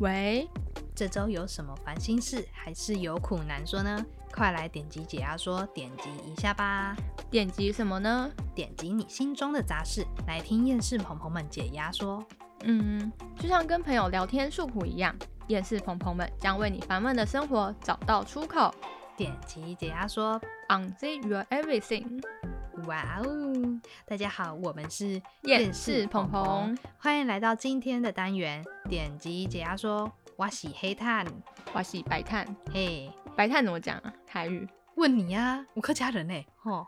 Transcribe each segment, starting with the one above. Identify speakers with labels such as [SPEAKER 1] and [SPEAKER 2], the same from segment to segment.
[SPEAKER 1] 喂，
[SPEAKER 2] 这周有什么烦心事，还是有苦难说呢？快来点击解压说，点击一下吧！
[SPEAKER 1] 点击什么呢？
[SPEAKER 2] 点击你心中的杂事，来听厌世朋朋们解压说。
[SPEAKER 1] 嗯，就像跟朋友聊天诉苦一样，厌世朋朋们将为你烦闷的生活找到出口。
[SPEAKER 2] 点击解压说，
[SPEAKER 1] On z your everything，
[SPEAKER 2] 哇哦！大家好，我们是
[SPEAKER 1] 厌世朋
[SPEAKER 2] 朋，
[SPEAKER 1] 朋，
[SPEAKER 2] 欢迎来到今天的单元。点击解压说，我喜黑炭，
[SPEAKER 1] 我是白炭。
[SPEAKER 2] 嘿，
[SPEAKER 1] 白炭怎么讲啊？台语
[SPEAKER 2] 问你啊，我客家人呢、吼，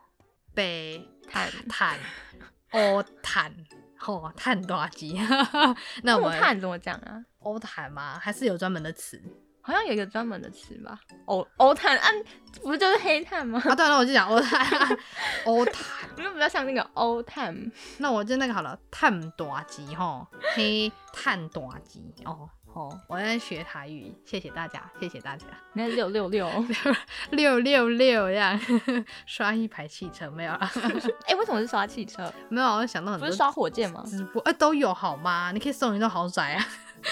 [SPEAKER 2] 北
[SPEAKER 1] 炭。
[SPEAKER 2] 炭， 欧炭，吼，炭多少集？ 那我
[SPEAKER 1] 木
[SPEAKER 2] 们
[SPEAKER 1] 炭怎么讲啊？
[SPEAKER 2] 欧炭吗？还
[SPEAKER 1] 嗯
[SPEAKER 2] 是有专门的词？
[SPEAKER 1] 好像有一个专门的词吧？
[SPEAKER 2] 哦
[SPEAKER 1] 欧欧炭啊，不就是黑炭吗？
[SPEAKER 2] 啊，对了，那 我就讲欧炭，欧炭。
[SPEAKER 1] 那比较像那个欧炭。
[SPEAKER 2] 那我就那个好了，碳短集吼，黑碳短集哦哦，我在学台语，谢谢大家，谢谢大家，
[SPEAKER 1] 那六六 六，哎、
[SPEAKER 2] 六六六这样刷一排汽车没有啦，
[SPEAKER 1] 为什么是刷汽车？
[SPEAKER 2] 没有，啊我想到很
[SPEAKER 1] 不是
[SPEAKER 2] 多
[SPEAKER 1] 刷火箭吗？
[SPEAKER 2] 直播，哎、都有好吗？你可以送人到豪宅啊，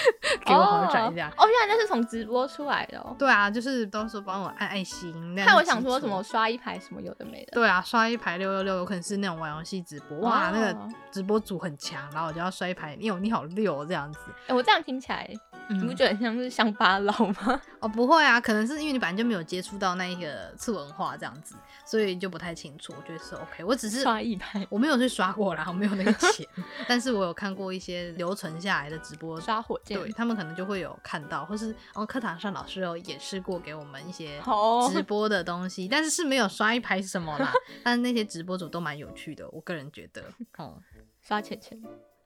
[SPEAKER 2] 给我豪宅这样。
[SPEAKER 1] 哦，哦原来那是从直播出来的哦。
[SPEAKER 2] 对啊，就是都说帮我按爱心，那样
[SPEAKER 1] 看我
[SPEAKER 2] 是
[SPEAKER 1] 想
[SPEAKER 2] 基
[SPEAKER 1] 说
[SPEAKER 2] 础
[SPEAKER 1] 什么。刷一排什么有的没的。
[SPEAKER 2] 对啊，刷一排六六六，有可能是那种玩游戏直播，哇，
[SPEAKER 1] 哦
[SPEAKER 2] 那个直播组很强，然后我就要刷一排，你有你好六这样子，
[SPEAKER 1] 哎、我这样听起来，你不
[SPEAKER 2] 嗯
[SPEAKER 1] 觉得很像是乡巴佬吗？
[SPEAKER 2] 哦，不会啊，可能是因为你本来就没有接触到那一个次文化这样子，所以就不太清楚。我觉得是 OK，我只是
[SPEAKER 1] 刷一排，
[SPEAKER 2] 我没有去刷过啦，我没有那个钱， 但是我有看过一些留存下来的直播，
[SPEAKER 1] 刷火箭，
[SPEAKER 2] 对他们可能就会有看到，或是哦课堂上老师有演示过给我们一些
[SPEAKER 1] 好哦
[SPEAKER 2] 直播的东西，但是是没有刷一排什么 啦。但是那些直播主都蛮有趣的，我个人觉得，哦、
[SPEAKER 1] 刷钱钱。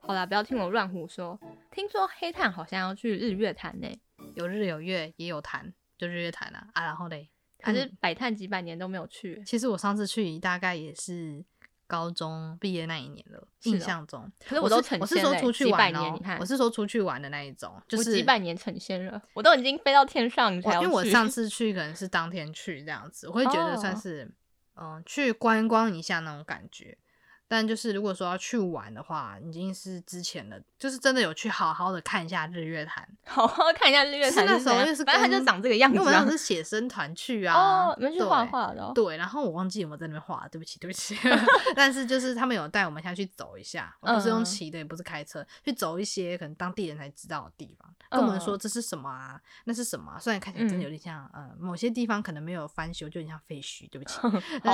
[SPEAKER 1] 好啦，不要听我乱胡说。听说黑炭好像要去日月潭呢、
[SPEAKER 2] 有日有月也有谈，就日月谈啊啊，然后嘞，
[SPEAKER 1] 可
[SPEAKER 2] 嗯
[SPEAKER 1] 是百炭几百年都没有去、
[SPEAKER 2] 其实我上次去大概也是高中毕业那一年了，
[SPEAKER 1] 是哦
[SPEAKER 2] 印象中。
[SPEAKER 1] 可是
[SPEAKER 2] 我
[SPEAKER 1] 都
[SPEAKER 2] 是
[SPEAKER 1] 成
[SPEAKER 2] 我是
[SPEAKER 1] 仙
[SPEAKER 2] 说
[SPEAKER 1] 了、欸
[SPEAKER 2] 出去
[SPEAKER 1] 几百
[SPEAKER 2] 玩
[SPEAKER 1] 年，
[SPEAKER 2] 哦
[SPEAKER 1] 你看，
[SPEAKER 2] 我是说出去玩的那一种，就
[SPEAKER 1] 我
[SPEAKER 2] 是
[SPEAKER 1] 几百年成仙了，我都已经飞到天上，你
[SPEAKER 2] 我
[SPEAKER 1] 才要
[SPEAKER 2] 因为我
[SPEAKER 1] 去
[SPEAKER 2] 上次去可能是当天去这样子，我会觉得算
[SPEAKER 1] 哦
[SPEAKER 2] 是嗯、去观光一下那种感觉。但就是如果说要去玩的话，已经是之前了，就是真的有去好好的看一下日月潭，
[SPEAKER 1] 好好看一下日月
[SPEAKER 2] 是
[SPEAKER 1] 潭
[SPEAKER 2] 那
[SPEAKER 1] 怎
[SPEAKER 2] 时候
[SPEAKER 1] 样
[SPEAKER 2] 就是
[SPEAKER 1] 反正它就
[SPEAKER 2] 跟
[SPEAKER 1] 长这个样
[SPEAKER 2] 因
[SPEAKER 1] 子
[SPEAKER 2] 为
[SPEAKER 1] 啊。
[SPEAKER 2] 我们当时是写生团去啊，
[SPEAKER 1] 哦，你们去
[SPEAKER 2] 对
[SPEAKER 1] 画画的、哦，
[SPEAKER 2] 对，然后我忘记我在那边画，对不起，对不 起。 但是就是他们有带我们下去走一下，我不是用
[SPEAKER 1] 嗯
[SPEAKER 2] 骑的，也不是开车，去走一些可能当地人才知道的地方，跟我们
[SPEAKER 1] 嗯
[SPEAKER 2] 说这是什么啊，那是什么、啊。虽然看起来真
[SPEAKER 1] 嗯
[SPEAKER 2] 的有点像，呃，某些地方可能没有翻修，就很像废墟，对不起。但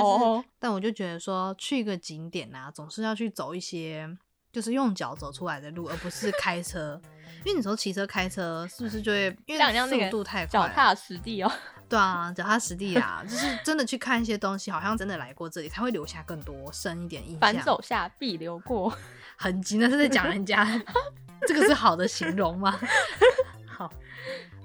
[SPEAKER 1] 好
[SPEAKER 2] 是，
[SPEAKER 1] 哦
[SPEAKER 2] 但我就觉得说，去一个景点啊，总是要去走一些。就是用脚走出来的路，而不是开车，因为你说骑车、开车是不是就会因
[SPEAKER 1] 这样
[SPEAKER 2] 为
[SPEAKER 1] 像那
[SPEAKER 2] 速
[SPEAKER 1] 个
[SPEAKER 2] 度太快
[SPEAKER 1] 脚
[SPEAKER 2] 了，
[SPEAKER 1] 踏实地 哦。
[SPEAKER 2] 对啊，脚踏实地啊，就是真的去看一些东西，好像真的来过这里，才会留下更多深一点印象。
[SPEAKER 1] 凡走下必留过，
[SPEAKER 2] 痕迹，那是在讲人家， 这个是好的形容吗？好，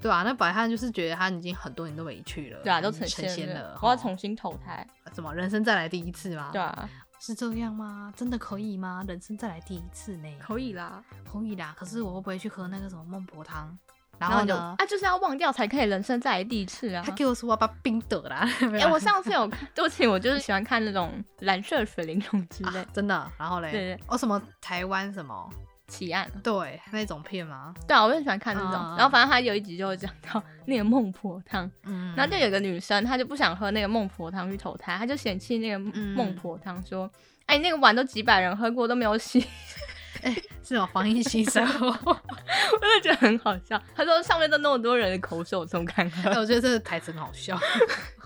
[SPEAKER 2] 对啊，那白汉就是觉得他已经很多年都没去了，
[SPEAKER 1] 对啊，都
[SPEAKER 2] 成
[SPEAKER 1] 成
[SPEAKER 2] 仙
[SPEAKER 1] 了
[SPEAKER 2] 了，，
[SPEAKER 1] 我要
[SPEAKER 2] 吼
[SPEAKER 1] 重新投胎，
[SPEAKER 2] 什么人生再来第一次吗？
[SPEAKER 1] 对，啊，
[SPEAKER 2] 是这样吗？真的可以吗？人生再来第一次呢？
[SPEAKER 1] 可以啦。
[SPEAKER 2] 可以啦，可是我会不会去喝那个什么孟婆汤？然
[SPEAKER 1] 然
[SPEAKER 2] 后
[SPEAKER 1] 就
[SPEAKER 2] 呢
[SPEAKER 1] 啊，，就是要忘掉才可以人生再来第一 次啊
[SPEAKER 2] 他。给我说我要把冰得啦， 没
[SPEAKER 1] 哎、
[SPEAKER 2] 有啦啊
[SPEAKER 1] 我上次有看，对不起，我就是喜欢看那种蓝色水灵童之类
[SPEAKER 2] 啊，真的，然后嘞，
[SPEAKER 1] 对对
[SPEAKER 2] 哦什么台湾什么。
[SPEAKER 1] 奇案。啊
[SPEAKER 2] 对，那种片吗？
[SPEAKER 1] 对啊，我很喜欢看那种。
[SPEAKER 2] 嗯嗯嗯
[SPEAKER 1] 然后反正他有一集就讲到那个孟婆汤，
[SPEAKER 2] 嗯
[SPEAKER 1] 然后就有个女生，她就不想喝那个孟婆汤去投胎，她就嫌弃那个
[SPEAKER 2] 嗯
[SPEAKER 1] 孟婆汤，说：“哎、那个碗都几百人喝过都没有洗。”
[SPEAKER 2] 是种防疫新生活。
[SPEAKER 1] 我就觉得很好笑。他说上面都那么多人的口水，我怎么敢喝
[SPEAKER 2] 哎，？我觉得这个台词很好笑。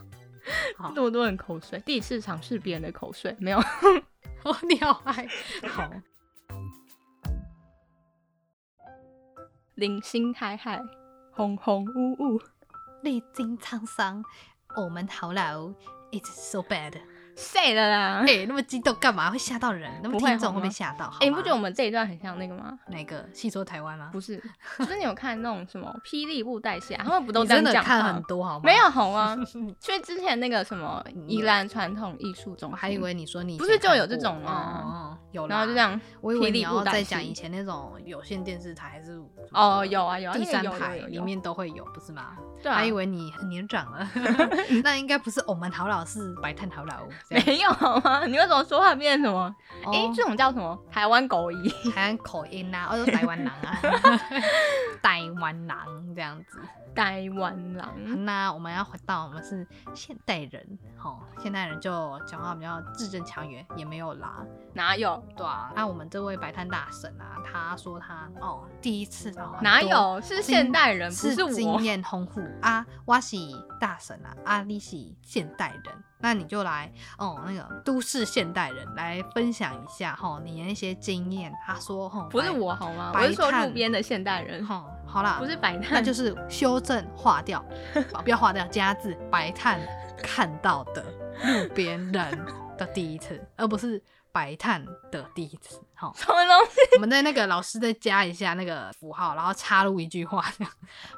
[SPEAKER 2] 好
[SPEAKER 1] 那么多人口水，第一次尝试别人的口水，没有。
[SPEAKER 2] 哦，你好爱。好，
[SPEAKER 1] 零星嗨嗨，红红呜呜，
[SPEAKER 2] 历经沧桑，我们好老。It's so bad。
[SPEAKER 1] 谁了啦？哎、
[SPEAKER 2] 哎，那么激动干嘛？会吓到人，那么
[SPEAKER 1] 不会
[SPEAKER 2] 听众
[SPEAKER 1] 好吗
[SPEAKER 2] 会被吓到。
[SPEAKER 1] 你不觉得我
[SPEAKER 2] 们
[SPEAKER 1] 们这一段很像那个吗？
[SPEAKER 2] 哪个戏说台湾吗？
[SPEAKER 1] 不 是，就是你有看那种什么《霹雳布袋戏》啊，他们不都
[SPEAKER 2] 你
[SPEAKER 1] 这样
[SPEAKER 2] 真的
[SPEAKER 1] 讲
[SPEAKER 2] 看
[SPEAKER 1] 话
[SPEAKER 2] 很多好吗？
[SPEAKER 1] 没有红 啊，去之前那个什么宜兰传统艺术中
[SPEAKER 2] 嗯我
[SPEAKER 1] 心，
[SPEAKER 2] 还以为你说你以前
[SPEAKER 1] 不是就有这
[SPEAKER 2] 看过
[SPEAKER 1] 种吗？
[SPEAKER 2] 哦，哦有啦。
[SPEAKER 1] 然后就这，样，
[SPEAKER 2] 我以为
[SPEAKER 1] 霹
[SPEAKER 2] 你
[SPEAKER 1] 雳
[SPEAKER 2] 要
[SPEAKER 1] 布袋
[SPEAKER 2] 再
[SPEAKER 1] 戏
[SPEAKER 2] 讲以前那种有线电视台还是
[SPEAKER 1] 哦，有啊有啊，
[SPEAKER 2] 第三
[SPEAKER 1] 那个有
[SPEAKER 2] 台
[SPEAKER 1] 有有有
[SPEAKER 2] 里面都会有，不是吗？
[SPEAKER 1] 对啊，
[SPEAKER 2] 还以为你很年长啊 了， 那应该不是我们好老，是白炭好老。这样
[SPEAKER 1] 没有好吗？你为什么说话变成什么
[SPEAKER 2] 哦
[SPEAKER 1] 诶，这种叫什么？台湾狗姨。
[SPEAKER 2] 台湾口音 啊，哦，台湾人啊，台湾人这样子。
[SPEAKER 1] 台湾狼，
[SPEAKER 2] 那我们要回到我们是现代人，吼，现代人就讲话比较字正腔圆，也没有啦，
[SPEAKER 1] 哪有
[SPEAKER 2] 对啊。那我们这位白炭大神啊，他说他哦第一次哦
[SPEAKER 1] 哪有是现代人，不
[SPEAKER 2] 是
[SPEAKER 1] 是我
[SPEAKER 2] 经。验丰富啊，我是大神啊，啊你是现代人，那你就来哦那个都市现代人来分享一下吼你的一些经验。他说吼
[SPEAKER 1] 不是
[SPEAKER 2] 白
[SPEAKER 1] 我好吗？
[SPEAKER 2] 白
[SPEAKER 1] 我是说
[SPEAKER 2] 炭
[SPEAKER 1] 路边的现代人，
[SPEAKER 2] 吼好啦，
[SPEAKER 1] 不是白
[SPEAKER 2] 那
[SPEAKER 1] 炭，，
[SPEAKER 2] 就是修正划掉，啊不要划掉加字，白炭看到的路边人的第一次，而不是白炭的第一次。好
[SPEAKER 1] 什么东西？
[SPEAKER 2] 我们在那个老师再加一下那个符号，然后插入一句话，这样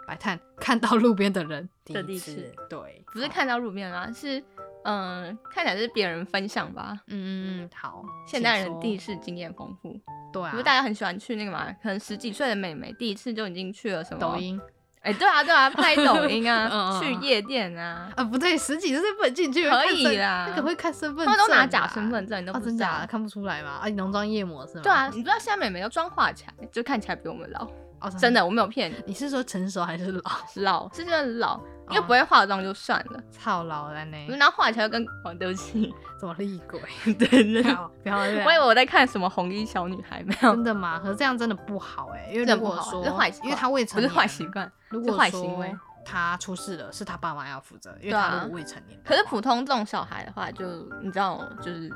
[SPEAKER 2] 白炭看到路边的人第
[SPEAKER 1] 的第
[SPEAKER 2] 一
[SPEAKER 1] 一
[SPEAKER 2] 次，
[SPEAKER 1] 次
[SPEAKER 2] 对，
[SPEAKER 1] 不是
[SPEAKER 2] 好，
[SPEAKER 1] 看到路边啊，是嗯、看起来是别人分享吧。
[SPEAKER 2] 嗯嗯嗯，好，
[SPEAKER 1] 现代人第一
[SPEAKER 2] 地
[SPEAKER 1] 次经验丰富，
[SPEAKER 2] 对啊
[SPEAKER 1] 不是，大家很喜欢去那个嘛？可能十几岁的妹妹第一次就已经去了什么
[SPEAKER 2] 抖？音
[SPEAKER 1] 哎、对啊对 啊，拍抖音
[SPEAKER 2] 嗯嗯
[SPEAKER 1] 啊，
[SPEAKER 2] 嗯
[SPEAKER 1] 去夜店啊，
[SPEAKER 2] 啊，不对，十几岁不能进去，
[SPEAKER 1] 可
[SPEAKER 2] 看
[SPEAKER 1] 以
[SPEAKER 2] 身
[SPEAKER 1] 啦
[SPEAKER 2] 那个会看身份证
[SPEAKER 1] 他
[SPEAKER 2] 啊，
[SPEAKER 1] 们都拿假身份证，你都
[SPEAKER 2] 啊，
[SPEAKER 1] 不
[SPEAKER 2] 真
[SPEAKER 1] 知
[SPEAKER 2] 假
[SPEAKER 1] 道
[SPEAKER 2] 的。看不出来吗？啊，你浓妆艳抹是吗？
[SPEAKER 1] 对啊，你不知道现在妹妹都妆化起来，就看起来比我们老，
[SPEAKER 2] 哦，
[SPEAKER 1] 真的，我没有骗你，
[SPEAKER 2] 你是说成熟还是老？
[SPEAKER 1] 老是真的老，因为
[SPEAKER 2] 哦
[SPEAKER 1] 不会化妆就算了，
[SPEAKER 2] 操老了呢？
[SPEAKER 1] 然后化起来就跟哦，对不起，
[SPEAKER 2] 怎么厉鬼？
[SPEAKER 1] 对
[SPEAKER 2] 不
[SPEAKER 1] 对。
[SPEAKER 2] 要不要这
[SPEAKER 1] 我以为
[SPEAKER 2] 样！
[SPEAKER 1] 我在看什么红衣小女孩，没有，
[SPEAKER 2] 哦啊真的吗？可是这样真的不好哎、因为
[SPEAKER 1] 这
[SPEAKER 2] 如
[SPEAKER 1] 不
[SPEAKER 2] 果
[SPEAKER 1] 好啊
[SPEAKER 2] 说，
[SPEAKER 1] 这坏习
[SPEAKER 2] 因
[SPEAKER 1] 惯
[SPEAKER 2] 为他未成
[SPEAKER 1] 不
[SPEAKER 2] 年，
[SPEAKER 1] 是坏习。惯。
[SPEAKER 2] 如果
[SPEAKER 1] 是坏行为
[SPEAKER 2] 说他出事了，是他爸妈要负责，因为
[SPEAKER 1] 对啊
[SPEAKER 2] 他如果未成年的话。
[SPEAKER 1] 可是普通这种小孩的话，就你知道，就是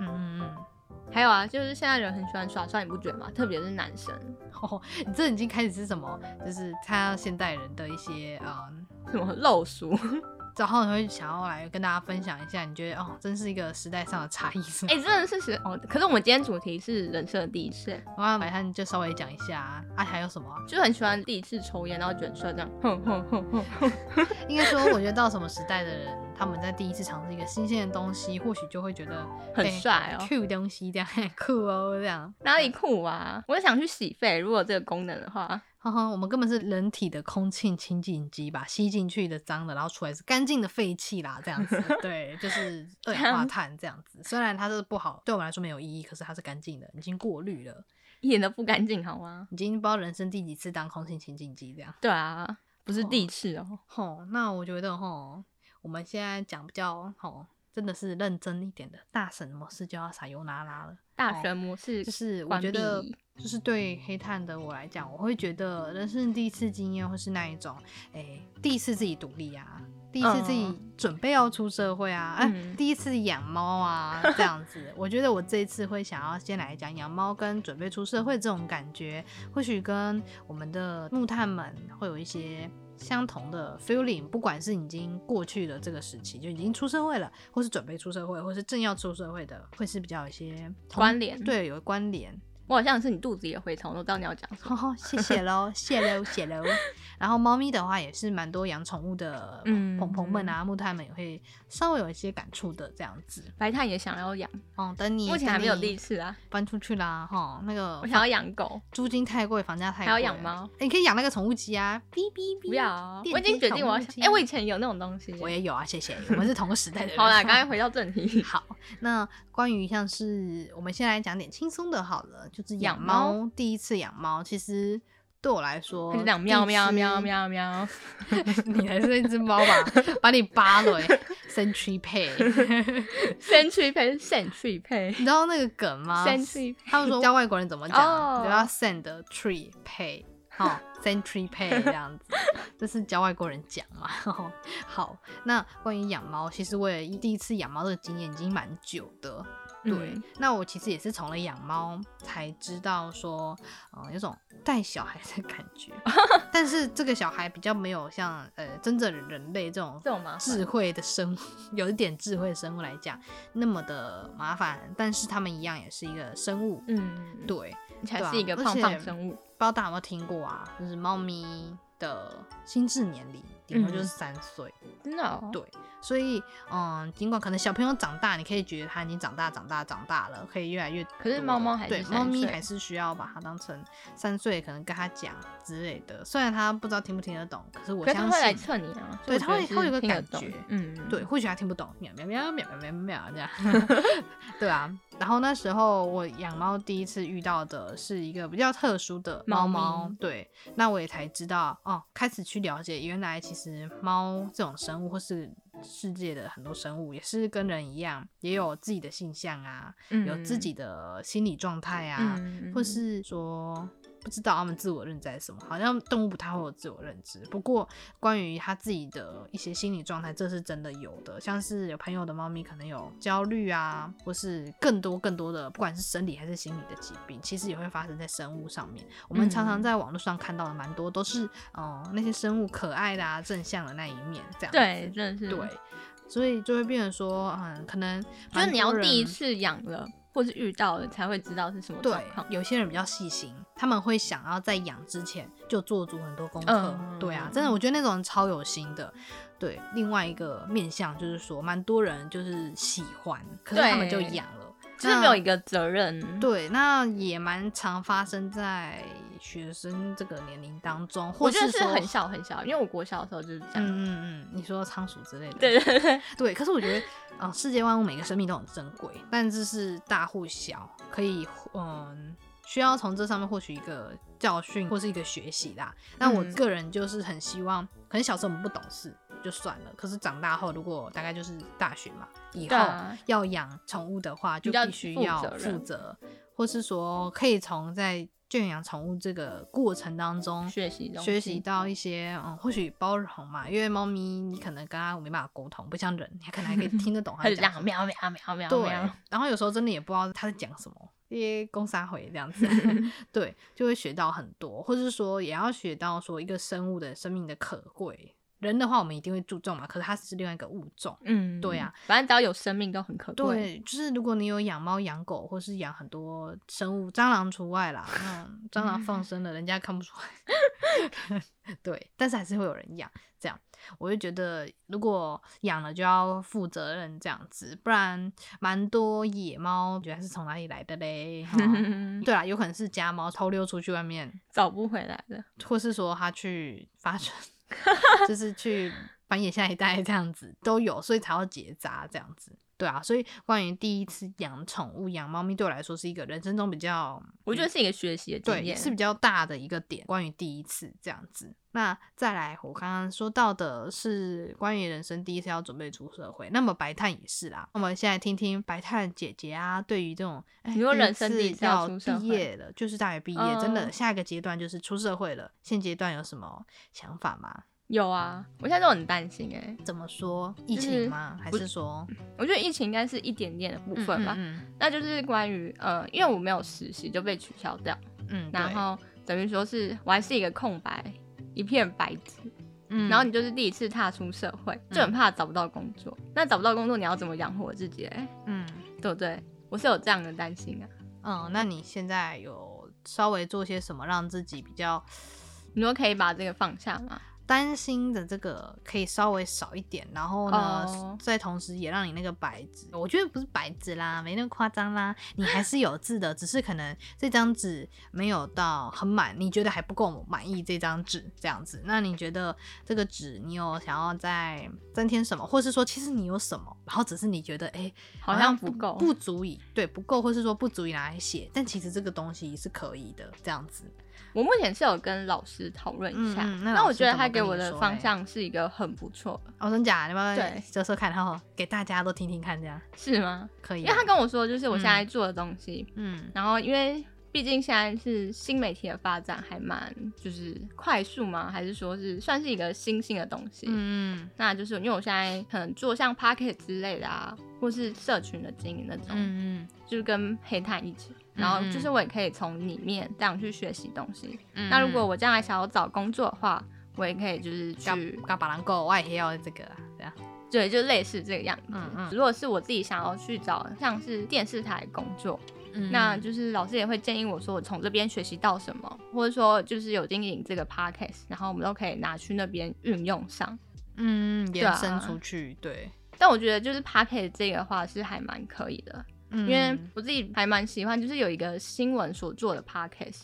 [SPEAKER 2] 嗯嗯嗯，
[SPEAKER 1] 还有啊，就是现在人很喜欢耍帅，你不觉得吗？特别是男生，
[SPEAKER 2] 哦， 你这已经开始是什么？就是他现代人的一些嗯。
[SPEAKER 1] 什么露 书，
[SPEAKER 2] 然后你会想要来跟大家分享一下，你觉得哦，真是一个时代上的差异。
[SPEAKER 1] 哎、真的是是哦。可是我们今天主题是人生的第一次，
[SPEAKER 2] 我要买你就稍微讲一下啊，啊还有什么啊、
[SPEAKER 1] 就很喜欢第一次抽烟，然后卷舌这样，哼哼哼哼 哼。
[SPEAKER 2] 应该说，我觉得到什么时代的人，他们在第一次尝试一个新鲜的东西，或许就会觉得
[SPEAKER 1] 很
[SPEAKER 2] 哎
[SPEAKER 1] 帅哦
[SPEAKER 2] 酷东西这样酷哦，这样。
[SPEAKER 1] 哪里酷啊？我想去洗肺，如果有这个功能的话，
[SPEAKER 2] 呵呵，我们根本是人体的空气清净机吧，吸进去的脏的，然后出来是干净的废气啦，这样子。对，就是二氧化碳这样子。虽然它是不好，对我们来说没有意义，可是它是干净的，已经过滤了，
[SPEAKER 1] 一点都不干净，好吗？
[SPEAKER 2] 已经不知道人生第几次当空气清净机这样。
[SPEAKER 1] 对啊，不是第一次哦。
[SPEAKER 2] 吼，那我觉得吼，我们现在讲比较吼，真的是认真一点的大神模式就要撒尤那拉了。
[SPEAKER 1] 大神模式
[SPEAKER 2] 就是我
[SPEAKER 1] 关
[SPEAKER 2] 觉得
[SPEAKER 1] 闭，
[SPEAKER 2] 就是对黑炭的我来讲，我会觉得人生第一次经验会是那一种，哎、第一次自己独立啊，第一次自己准备要出社会啊，哎、
[SPEAKER 1] 嗯
[SPEAKER 2] 第一次养猫啊，这样子。我觉得我这一次会想要先来讲养猫跟准备出社会这种感觉，或许跟我们的木炭们会有一些。相同的 feeling，不管是已经过去的这个时期，就已经出社会了，或是准备出社会，或是正要出社会的，会是比较有一些同
[SPEAKER 1] 关联
[SPEAKER 2] 对，有关联。
[SPEAKER 1] 我好像是你肚子里的蛔虫，我都知道你要讲什
[SPEAKER 2] 好、
[SPEAKER 1] 么。
[SPEAKER 2] 哦， 谢 谢喽，谢喽，谢喽。然后猫咪的话也是蛮多养宠物的，
[SPEAKER 1] 嗯
[SPEAKER 2] 鹏鹏们啊、木炭们也会稍微有一些感触的这样子。
[SPEAKER 1] 白炭也想要养，
[SPEAKER 2] 哦，等你
[SPEAKER 1] 目前还没有
[SPEAKER 2] 等你
[SPEAKER 1] 第一次啊。
[SPEAKER 2] 搬出去啦，哈、那个
[SPEAKER 1] 我想要养狗，
[SPEAKER 2] 租金太贵，房价太贵，哎
[SPEAKER 1] 还要养猫
[SPEAKER 2] 诶，你可以养那个宠物鸡啊，哔哔哔。
[SPEAKER 1] 不要啊，
[SPEAKER 2] 电
[SPEAKER 1] 我已经
[SPEAKER 2] 梯
[SPEAKER 1] 决定我要
[SPEAKER 2] 宠物
[SPEAKER 1] 想。
[SPEAKER 2] 机
[SPEAKER 1] 哎、我以前有那种东西。
[SPEAKER 2] 我也有啊，谢谢，我们是同个时代的人。
[SPEAKER 1] 好啦，刚才回到正 题。
[SPEAKER 2] 好， 那关于像是我们先来讲点轻松的好了，就是养
[SPEAKER 1] 养猫
[SPEAKER 2] 猫。第一次养猫，其实对我来说
[SPEAKER 1] 他就，讲
[SPEAKER 2] 第
[SPEAKER 1] 喵
[SPEAKER 2] 一
[SPEAKER 1] 喵
[SPEAKER 2] 次
[SPEAKER 1] 喵，喵喵，
[SPEAKER 2] 你还是一只猫 吧，把你扒了、欸，身躯配。
[SPEAKER 1] 先去配，先去 配，
[SPEAKER 2] 你知道那个梗吗？
[SPEAKER 1] 先去配。
[SPEAKER 2] 他们说教外国人怎么讲啊，
[SPEAKER 1] 哦
[SPEAKER 2] 就要 send tree pay，好 send tree pay 这样子，这是教外国人讲嘛。哦好，那关于养猫，其实我也第一次养猫的经验已经蛮久的。对，
[SPEAKER 1] 嗯
[SPEAKER 2] 那我其实也是从了养猫才知道说，嗯、有种带小孩的感 觉，但是这个小孩比较没有像呃真正的人类这种
[SPEAKER 1] 这种麻烦
[SPEAKER 2] 智慧的生物， 有一点智慧的生物来讲，那么的麻烦，但是他们一样也是一个生物。
[SPEAKER 1] 嗯，
[SPEAKER 2] 对，
[SPEAKER 1] 你才
[SPEAKER 2] 对啊
[SPEAKER 1] 是一个
[SPEAKER 2] 而
[SPEAKER 1] 胖
[SPEAKER 2] 且
[SPEAKER 1] 胖生物
[SPEAKER 2] 不知道大家有没有听过啊？就是猫咪的心智年龄顶多就是
[SPEAKER 1] 嗯
[SPEAKER 2] 三岁。
[SPEAKER 1] 真的、哦，
[SPEAKER 2] 对所以，嗯，尽管可能小朋友长大，你可以觉得它已经长大、长大、长大了，可以越来越多了。
[SPEAKER 1] 可是猫猫还是
[SPEAKER 2] 对，
[SPEAKER 1] 三
[SPEAKER 2] 猫咪
[SPEAKER 1] 岁
[SPEAKER 2] 还是需要把它当成三岁，可能跟它讲之类的。虽然它不知道听不听得懂，可是我
[SPEAKER 1] 可是它
[SPEAKER 2] 相
[SPEAKER 1] 会来
[SPEAKER 2] 信，
[SPEAKER 1] 蹭你啊，
[SPEAKER 2] 对
[SPEAKER 1] 所以我觉得
[SPEAKER 2] 它会
[SPEAKER 1] 是
[SPEAKER 2] 它会有个
[SPEAKER 1] 听得
[SPEAKER 2] 感
[SPEAKER 1] 懂
[SPEAKER 2] 觉
[SPEAKER 1] 嗯，
[SPEAKER 2] 对，或许它听不懂，喵喵喵喵喵喵喵这样， 对啊。然后那时候我养猫第一次遇到的是一个比较特殊的猫
[SPEAKER 1] 猫咪
[SPEAKER 2] 猫，对，那我也才知道哦，开始去了解，原来其实猫这种生物或是世界的很多生物也是跟人一样，也有自己的性向啊，
[SPEAKER 1] 嗯，
[SPEAKER 2] 有自己的心理状态啊，
[SPEAKER 1] 嗯，
[SPEAKER 2] 或是说不知道他们自我认知在什么，好像动物不太会有自我认知。不过关于他自己的一些心理状态，这是真的有的，像是有朋友的猫咪可能有焦虑啊，或是更多更多的，不管是生理还是心理的疾病，其实也会发生在生物上面。我们常常
[SPEAKER 1] 嗯
[SPEAKER 2] 在网络上看到的蛮多都是，嗯、那些生物可爱的啊，正向的那一面，这样子
[SPEAKER 1] 嗯对，真的是
[SPEAKER 2] 对。所以就会变成说，嗯，可能
[SPEAKER 1] 就是你要
[SPEAKER 2] 蛮多人
[SPEAKER 1] 第一次养了或是遇到了才会知道是什么
[SPEAKER 2] 对
[SPEAKER 1] 状况，，
[SPEAKER 2] 有些人比较细心，他们会想要在养之前就做足很多功课。
[SPEAKER 1] 嗯
[SPEAKER 2] 对啊，真的，我觉得那种人超有心的。对，另外一个面向就是说，蛮多人就是喜欢，可是他们就
[SPEAKER 1] 对
[SPEAKER 2] 养了，
[SPEAKER 1] 就是
[SPEAKER 2] 那
[SPEAKER 1] 没有一个责任，
[SPEAKER 2] 对，那也蛮常发生在学生这个年龄当中，或
[SPEAKER 1] 我觉得是
[SPEAKER 2] 说
[SPEAKER 1] 很小很小，因为我国小的时候就是这样，
[SPEAKER 2] 嗯嗯嗯，你说仓鼠之类的，
[SPEAKER 1] 对对对，
[SPEAKER 2] 对，可是我觉得，嗯、世界万物每个生命都很珍贵，但这是大或小，可以，嗯，需要从这上面获取一个教训或是一个学习啦。但我
[SPEAKER 1] 嗯
[SPEAKER 2] 个人就是很希望，可能小时候我们不懂事就算了，可是长大后，如果大概就是大学嘛，以后
[SPEAKER 1] 对啊
[SPEAKER 2] 要养宠物的话，就
[SPEAKER 1] 比较
[SPEAKER 2] 必须
[SPEAKER 1] 负
[SPEAKER 2] 要
[SPEAKER 1] 责
[SPEAKER 2] 负
[SPEAKER 1] 任
[SPEAKER 2] 责，或是说可以从在圈养宠物这个过程当中
[SPEAKER 1] 学习东
[SPEAKER 2] 嗯学
[SPEAKER 1] 西
[SPEAKER 2] 习到一些嗯，或许包容嘛，因为猫咪你可能跟它没办法沟通，不像人，你可能还可以听得懂它
[SPEAKER 1] 它就这
[SPEAKER 2] 讲什
[SPEAKER 1] 样
[SPEAKER 2] 么。
[SPEAKER 1] 喵喵喵喵
[SPEAKER 2] 对
[SPEAKER 1] 喵，，
[SPEAKER 2] 然后有时候真的也不知道它在讲什么，因为公杀回这样子， 对，就会学到很多，或是说也要学到说一个生物的生命的可贵。人的话，我们一定会注重嘛，可是它是另外一个物种。
[SPEAKER 1] 嗯，
[SPEAKER 2] 对啊，
[SPEAKER 1] 反正只要有生命都很可贵，
[SPEAKER 2] 对，啊就是如果你有养猫、养狗，或是养很多生物，蟑螂除外啦。嗯，蟑螂放生了，人家看不出来。 对，但是还是会有人养。这样，我就觉得如果养了就要负责任这样子，不然蛮多野猫，觉得是从哪里来的嘞？哈 对啊，有可能是家猫偷溜出去外面，
[SPEAKER 1] 找不回来了，
[SPEAKER 2] 或是说它去发春， 就是去繁衍下一代这样子都有，所以才要结扎这样子。对啊，所以关于第一次养宠物、养猫咪，对我来说是一个人生中比较，
[SPEAKER 1] 我觉
[SPEAKER 2] 得
[SPEAKER 1] 得是一个学习的经
[SPEAKER 2] 嗯对
[SPEAKER 1] 验，
[SPEAKER 2] 是比较大的一个点。关于第一次这样子，那再来我刚刚说到的是关于人生第一次要准备出社会，那么白炭也是啦。那么现在听听白炭姐姐啊，对于这种哎，
[SPEAKER 1] 你说人生
[SPEAKER 2] 第
[SPEAKER 1] 第
[SPEAKER 2] 一
[SPEAKER 1] 一
[SPEAKER 2] 次
[SPEAKER 1] 次要
[SPEAKER 2] 要
[SPEAKER 1] 出社
[SPEAKER 2] 毕
[SPEAKER 1] 会
[SPEAKER 2] 业了，就是大学毕业，真的
[SPEAKER 1] 嗯
[SPEAKER 2] 下一个阶段就是出社会了。现阶段有什么想法吗？
[SPEAKER 1] 有啊，我现在都很担心哎、
[SPEAKER 2] 怎么说？疫
[SPEAKER 1] 就
[SPEAKER 2] 情
[SPEAKER 1] 是
[SPEAKER 2] 吗？
[SPEAKER 1] 嗯
[SPEAKER 2] 还
[SPEAKER 1] 不
[SPEAKER 2] 是说
[SPEAKER 1] 我觉得疫情应该是一点点的部
[SPEAKER 2] 部
[SPEAKER 1] 分
[SPEAKER 2] 分
[SPEAKER 1] 吧
[SPEAKER 2] 吧？，嗯
[SPEAKER 1] 那就是关于呃，因为我没有实习就被取消掉，
[SPEAKER 2] 嗯，
[SPEAKER 1] 然
[SPEAKER 2] 对
[SPEAKER 1] 后等于说是我还是一个空白，一片白纸，
[SPEAKER 2] 嗯
[SPEAKER 1] 然后你就是第一次踏出社会，就很怕找不到工作。那找不到工作，你要怎么养活自己、欸？
[SPEAKER 2] 嗯
[SPEAKER 1] 对不对？我是有这样的担心啊。
[SPEAKER 2] 嗯，那你现在有稍微做些什么让自己比较？
[SPEAKER 1] 你说可以把这个放下吗？
[SPEAKER 2] 担心的这个可以稍微少一点，然后呢，
[SPEAKER 1] 哦
[SPEAKER 2] 再同时也让你那个白纸，我觉得不是白纸啦，没那么夸张啦，你还是有字的，只是可能这张纸没有到很满，你觉得还不够满意这张纸这样子，那你觉得这个纸你有想要再增添什么，或是说其实你有什么，然后只是你觉得哎、诶
[SPEAKER 1] 好像不够。
[SPEAKER 2] 不足以，对，不够，或是说不足以拿来写，但其实这个东西是可以的，这样子，
[SPEAKER 1] 我目前是有跟老师讨论一下，
[SPEAKER 2] 嗯嗯那
[SPEAKER 1] 那
[SPEAKER 2] 老
[SPEAKER 1] 我
[SPEAKER 2] 师
[SPEAKER 1] 觉得
[SPEAKER 2] 怎么
[SPEAKER 1] 他给
[SPEAKER 2] 跟你
[SPEAKER 1] 我的
[SPEAKER 2] 说嘞
[SPEAKER 1] 方向是一个很不错的，
[SPEAKER 2] 哦，真假，你要不要
[SPEAKER 1] 对
[SPEAKER 2] 说说看，然后给大家都听听看，这样
[SPEAKER 1] 是吗？
[SPEAKER 2] 可以
[SPEAKER 1] 因
[SPEAKER 2] 啊，
[SPEAKER 1] 为他跟我说，就是我现在做的东西，
[SPEAKER 2] 嗯
[SPEAKER 1] 然后因为毕竟现在是新媒体的发展还蛮就是快速吗？还是说是算是一个新兴的东西？
[SPEAKER 2] 嗯
[SPEAKER 1] 那就是因为我现在可能做像 Pocket 之类的啊，或是社群的经营那种，
[SPEAKER 2] 嗯
[SPEAKER 1] 就是跟黑炭一起。然后就是我也可以从里面这样去学习东西。
[SPEAKER 2] 嗯
[SPEAKER 1] 那如果我将来想要找工作的话，我也可以就是
[SPEAKER 2] 嘎
[SPEAKER 1] 去
[SPEAKER 2] 嘎巴兰狗，我也要这个啊，这样，
[SPEAKER 1] 对，就类似这个样子。
[SPEAKER 2] 嗯嗯
[SPEAKER 1] 如果是我自己想要去找像是电视台工作，
[SPEAKER 2] 嗯
[SPEAKER 1] 那就是老师也会建议我说，我从这边学习到什么，或者说就是有经营这个 podcast，然后我们都可以拿去那边运用上。
[SPEAKER 2] 嗯延
[SPEAKER 1] 啊
[SPEAKER 2] 伸出去，对，
[SPEAKER 1] 但我觉得就是 podcast 这个的话是还蛮可以的，
[SPEAKER 2] 因
[SPEAKER 1] 因为我自己还蛮喜欢，就是有一个新闻所做的 podcast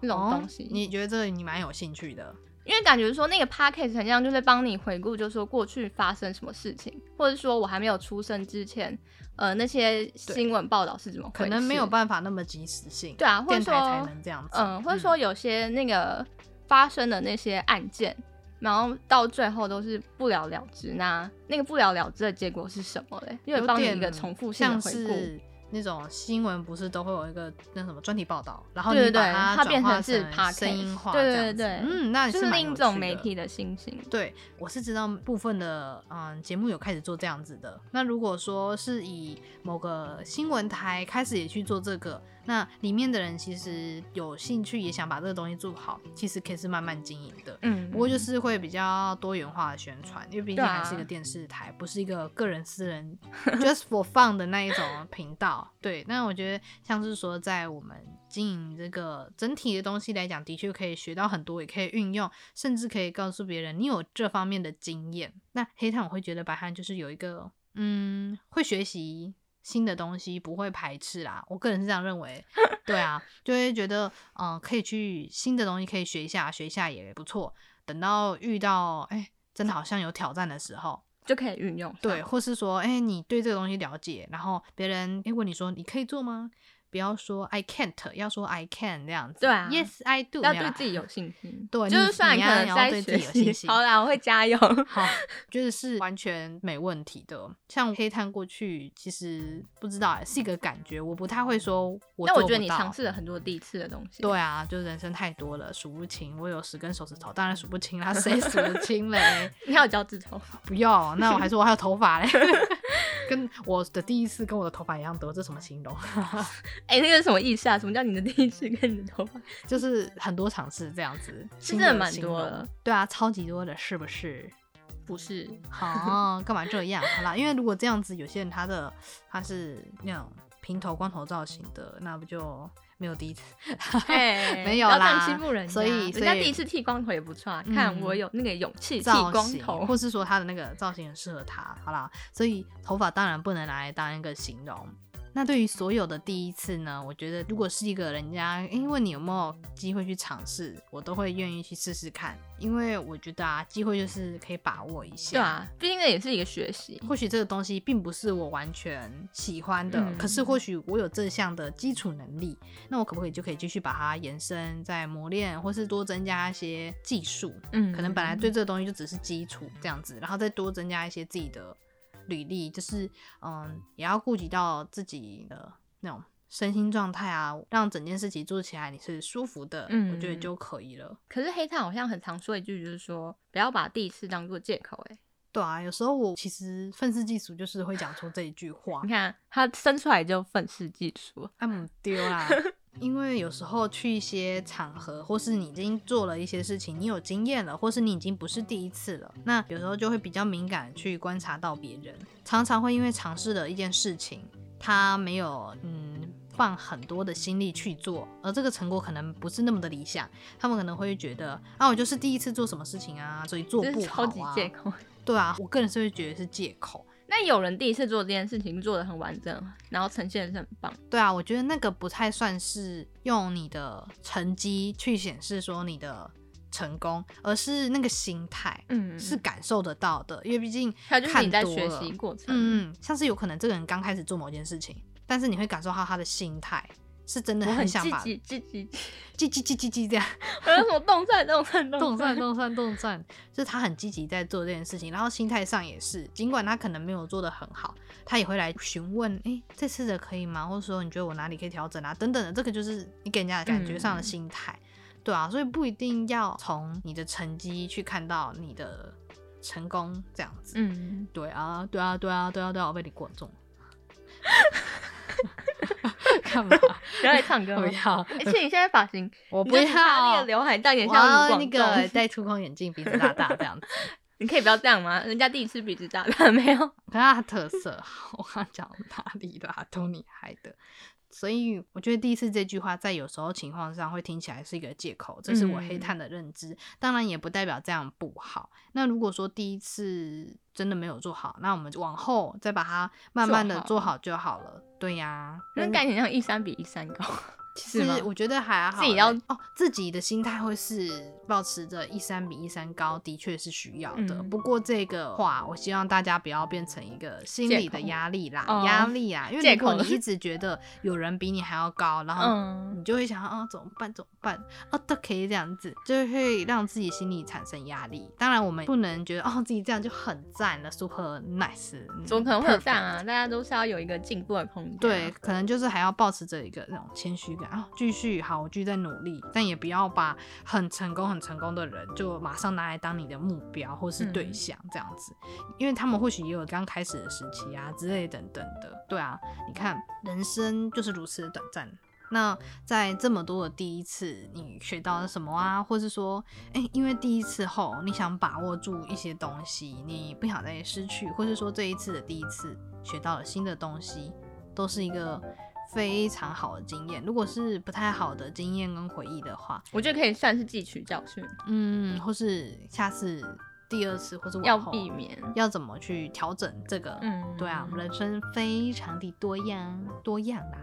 [SPEAKER 1] 那种东西，
[SPEAKER 2] 哦，你觉得这个你蛮有兴趣的，
[SPEAKER 1] 因为感觉说那个 podcast 很像就是帮你回顾，就是说过去发生什么事情，或者说我还没有出生之前，呃，那些新闻报道是怎么回事，
[SPEAKER 2] 可能没有办法那么及时性，
[SPEAKER 1] 对啊，或者
[SPEAKER 2] 电台才
[SPEAKER 1] 说
[SPEAKER 2] 能这样子，
[SPEAKER 1] 嗯，或者说有些那个发生的那些案件，然后到最后都是不了了之。那那个不了了之的结果是什么嘞？因为帮你一个重复性的
[SPEAKER 2] 像
[SPEAKER 1] 回顾，
[SPEAKER 2] 是那种新闻不是都会有一个那什么专题报道，然后
[SPEAKER 1] 对
[SPEAKER 2] 你
[SPEAKER 1] 对
[SPEAKER 2] 把
[SPEAKER 1] 对
[SPEAKER 2] 它
[SPEAKER 1] 它
[SPEAKER 2] 转
[SPEAKER 1] 变成
[SPEAKER 2] 化
[SPEAKER 1] 是 podcast，
[SPEAKER 2] 声音化，
[SPEAKER 1] 对对
[SPEAKER 2] 这样子
[SPEAKER 1] 对对
[SPEAKER 2] 嗯，那也
[SPEAKER 1] 就是
[SPEAKER 2] 蛮
[SPEAKER 1] 另一
[SPEAKER 2] 有
[SPEAKER 1] 种
[SPEAKER 2] 趣
[SPEAKER 1] 媒
[SPEAKER 2] 的
[SPEAKER 1] 体的新型。
[SPEAKER 2] 对，我是知道部分的嗯节目有开始做这样子的。那如果说是以某个新闻台开始也去做这个，那里面的人其实有兴趣也想把这个东西做好，其实可以是慢慢经营的。
[SPEAKER 1] 嗯，
[SPEAKER 2] 不过就是会比较多元化的宣传，因为毕竟
[SPEAKER 1] 对
[SPEAKER 2] 还是一
[SPEAKER 1] 啊
[SPEAKER 2] 个电视台，不是一个个人 私人 just for fun 的那一种频道。对，那我觉得像是说在我们经营这个整体的东西来讲，的确可以学到很多，也可以运用，甚至可以告诉别人你有这方面的经验。那黑炭我会觉得白汉就是有一个嗯会学习。新的东西不会排斥啦，我个人是这样认 为。对啊，就会觉得，嗯、可以去新的东西可以学一下，学一下也不错。等到遇到哎、真的好像有挑战的时候，
[SPEAKER 1] 就可以运用上。
[SPEAKER 2] 对，或是说哎、你对这个东西了解，然后别人哎、问你说你可以做吗？不要说 I can't，要说 I can 这样子。
[SPEAKER 1] 对啊
[SPEAKER 2] ，Yes I do，
[SPEAKER 1] 要
[SPEAKER 2] 没有
[SPEAKER 1] 对
[SPEAKER 2] 啦
[SPEAKER 1] 自己有信心。
[SPEAKER 2] 对
[SPEAKER 1] 就
[SPEAKER 2] 你
[SPEAKER 1] 是虽然
[SPEAKER 2] 你
[SPEAKER 1] 可
[SPEAKER 2] 要
[SPEAKER 1] 能
[SPEAKER 2] 要
[SPEAKER 1] 在
[SPEAKER 2] 对
[SPEAKER 1] 学
[SPEAKER 2] 自己有信
[SPEAKER 1] 习，
[SPEAKER 2] 心
[SPEAKER 1] 好啦，我会加油。
[SPEAKER 2] 好，就是是完全没问题的。像黑炭过去，其实不知道、欸、是一个感觉，我不太会说我
[SPEAKER 1] 但
[SPEAKER 2] 做
[SPEAKER 1] 我
[SPEAKER 2] 不
[SPEAKER 1] 觉得你
[SPEAKER 2] 到
[SPEAKER 1] 尝试了很多第一次的东西。
[SPEAKER 2] 对啊，就是人生太多了，数不清。我有十根手指头，当然数不清 啦，谁数得清嘞？
[SPEAKER 1] 你还有脚趾头，
[SPEAKER 2] 不要，那我还说我还有头 发嘞。跟我的第一次跟我的头发一样多，这什么形容？
[SPEAKER 1] 哎、那个是什么意思啊？什么叫你的第一次跟你的头发？
[SPEAKER 2] 就是很多尝试这样子，
[SPEAKER 1] 是
[SPEAKER 2] 新
[SPEAKER 1] 真的
[SPEAKER 2] 的
[SPEAKER 1] 蛮
[SPEAKER 2] 形
[SPEAKER 1] 多
[SPEAKER 2] 容
[SPEAKER 1] 的。
[SPEAKER 2] 对啊，超级多的，是不是？
[SPEAKER 1] 不是，
[SPEAKER 2] 哦，干嘛这样？好啦，因为如果这样子，有些人他的他是那种平头光头造型的，那不就没有第一次？
[SPEAKER 1] 哎
[SPEAKER 2] 没有
[SPEAKER 1] 不要这样
[SPEAKER 2] 啦
[SPEAKER 1] 欺负人家。
[SPEAKER 2] 所以所
[SPEAKER 1] 人家
[SPEAKER 2] 以
[SPEAKER 1] 第一次剃光头也不错啊，
[SPEAKER 2] 嗯
[SPEAKER 1] 看我有那个勇气剃
[SPEAKER 2] 造
[SPEAKER 1] 光
[SPEAKER 2] 型，
[SPEAKER 1] 头。
[SPEAKER 2] 或是说他的那个造型很适合他。好啦，所以头发当然不能拿来当一个形容。那对于所有的第一次呢，我觉得如果是一个人家，诶问你有没有机会去尝试，我都会愿意去试试看，因为我觉得啊，机会就是可以把握一下。
[SPEAKER 1] 对，啊，毕竟那也是一个学习。
[SPEAKER 2] 或许这个东西并不是我完全喜欢的，
[SPEAKER 1] 嗯
[SPEAKER 2] 可是或许我有这项的基础能力，那我可不可以就可以继续把它延伸、再磨练，或是多增加一些技术？
[SPEAKER 1] 嗯
[SPEAKER 2] 可能本来对这个东西就只是基础这样子，然后再多增加一些自己的履历，就是嗯，也要顾及到自己的那种身心状态啊，让整件事情做起来你是舒服的，我觉得
[SPEAKER 1] 嗯
[SPEAKER 2] 就可以了。
[SPEAKER 1] 可是黑炭好像很常说一句，就是说不要把第一次当做借口、哎，
[SPEAKER 2] 对啊，有时候我其实愤世嫉俗，就是会讲出这一句话
[SPEAKER 1] 你，看他生出来就愤世嫉俗。
[SPEAKER 2] 啊，母丢啦。 因为有时候去一些场合，或是你已经做了一些事情，你有经验了，或是你已经不是第一次了，那有时候就会比较敏感去观察到别人，常常会因为尝试了一件事情，他没有嗯放很多的心力去做，而这个成果可能不是那么的理想，他们可能会觉得啊，我就是第一次做什么事情啊，所以做
[SPEAKER 1] 这
[SPEAKER 2] 不
[SPEAKER 1] 是
[SPEAKER 2] 好
[SPEAKER 1] 超级
[SPEAKER 2] 啊，
[SPEAKER 1] 借口。
[SPEAKER 2] 对啊，我个人是会觉得是借口。
[SPEAKER 1] 那有人第一次做这件事情做的很完整，然后呈现的是很棒，
[SPEAKER 2] 对啊，我觉得那个不太算是用你的成绩去显示说你的成功，而是那个心态、
[SPEAKER 1] 嗯
[SPEAKER 2] 是感受得到的，因为毕竟
[SPEAKER 1] 还有就是你在学
[SPEAKER 2] 看多
[SPEAKER 1] 习
[SPEAKER 2] 了
[SPEAKER 1] 过程，
[SPEAKER 2] 嗯，像是有可能这个人刚开始做某件事情，但是你会感受到他的心态是真的
[SPEAKER 1] 我很积
[SPEAKER 2] 想把
[SPEAKER 1] 极
[SPEAKER 2] 叽
[SPEAKER 1] 积极，
[SPEAKER 2] 叽叽叽叽这样
[SPEAKER 1] 我有什么动算动算动
[SPEAKER 2] 动 算动算动算，就是他很积极在做这件事情，然后心态上也是，尽管他可能没有做得很好，他也会来询问，诶，这次的可以吗？或者说你觉得我哪里可以调整啊？等等的，这个就是你给人家的感觉上
[SPEAKER 1] 嗯
[SPEAKER 2] 的心态，对啊，所以不一定要从你的成绩去看到你的成功这样子。
[SPEAKER 1] 嗯，
[SPEAKER 2] 对啊，对啊，对啊，对啊，对啊，我被你过中。 干嘛？
[SPEAKER 1] 不要来唱歌
[SPEAKER 2] 不
[SPEAKER 1] 吗？
[SPEAKER 2] 要，
[SPEAKER 1] 而哎且你现在发型，
[SPEAKER 2] 我
[SPEAKER 1] 你
[SPEAKER 2] 不
[SPEAKER 1] 就
[SPEAKER 2] 要。
[SPEAKER 1] 是他那个刘海有点像卢
[SPEAKER 2] 哇
[SPEAKER 1] 广
[SPEAKER 2] 那
[SPEAKER 1] 仲
[SPEAKER 2] 个戴粗框眼镜，鼻子大大这样子，
[SPEAKER 1] 你可以不要这样吗？人家第一次鼻子 大大没有，
[SPEAKER 2] 啊可是它的特色，我刚讲到哪里啦？都你害的。所以我觉得第一次这句话在有时候情况上会听起来是一个借口，这是我
[SPEAKER 1] 嗯
[SPEAKER 2] 黑炭的认知。当然也不代表这样不好。那如果说第一次真的没有做好，那我们就往后再把它慢慢的
[SPEAKER 1] 做
[SPEAKER 2] 做
[SPEAKER 1] 好
[SPEAKER 2] 好就好了。对呀、
[SPEAKER 1] 那概念上一山比一山高，其
[SPEAKER 2] 是
[SPEAKER 1] 实吗
[SPEAKER 2] 我觉得还好欸，
[SPEAKER 1] 自己要
[SPEAKER 2] 哦，自己的心态会是保持着一三比一三高，的确是需要的。
[SPEAKER 1] 嗯
[SPEAKER 2] 不过这个话，我希望大家不要变成一个心
[SPEAKER 1] 借
[SPEAKER 2] 理的
[SPEAKER 1] 口
[SPEAKER 2] 压力啦
[SPEAKER 1] 哦，
[SPEAKER 2] 压、力啊，因为
[SPEAKER 1] 借
[SPEAKER 2] 如果
[SPEAKER 1] 口
[SPEAKER 2] 你一直觉得有人比你还要高，然后
[SPEAKER 1] 嗯，
[SPEAKER 2] 你就会想啊、怎么办？怎么办？啊，都可以这样子，就会让自己心里产生压力。当然，我们不能觉得哦自己这样就很赞了，super nice，嗯
[SPEAKER 1] 怎么可能会有
[SPEAKER 2] perfect
[SPEAKER 1] 这样啊？大家都是要有一个进步的空间。啊
[SPEAKER 2] 对，，可能就是还要保持着一个那种谦虚感啊，继续好，我继续在努力，但也不要把很成功、很成功的人就马上拿来当你的目标或是对
[SPEAKER 1] 嗯
[SPEAKER 2] 象这样子，因为他们或许也有刚开始的时期啊之类等等的。对啊，你看人生就是如此的短暂。那在这么多的第一次，你学到了什么啊？或是说，哎、因为第一次后，你想把握住一些东西，你不想再失去，或是说这一次的第一次学到了新的东西，都是一个非常好的经验。如果是不太好的经验跟回忆的话，
[SPEAKER 1] 我觉得可以算是汲取教训，
[SPEAKER 2] 嗯，或是下次第二次或是往
[SPEAKER 1] 要
[SPEAKER 2] 后
[SPEAKER 1] 避免。
[SPEAKER 2] 要怎么去调整这个？
[SPEAKER 1] 嗯
[SPEAKER 2] 对啊，人生非常的多样多样啦，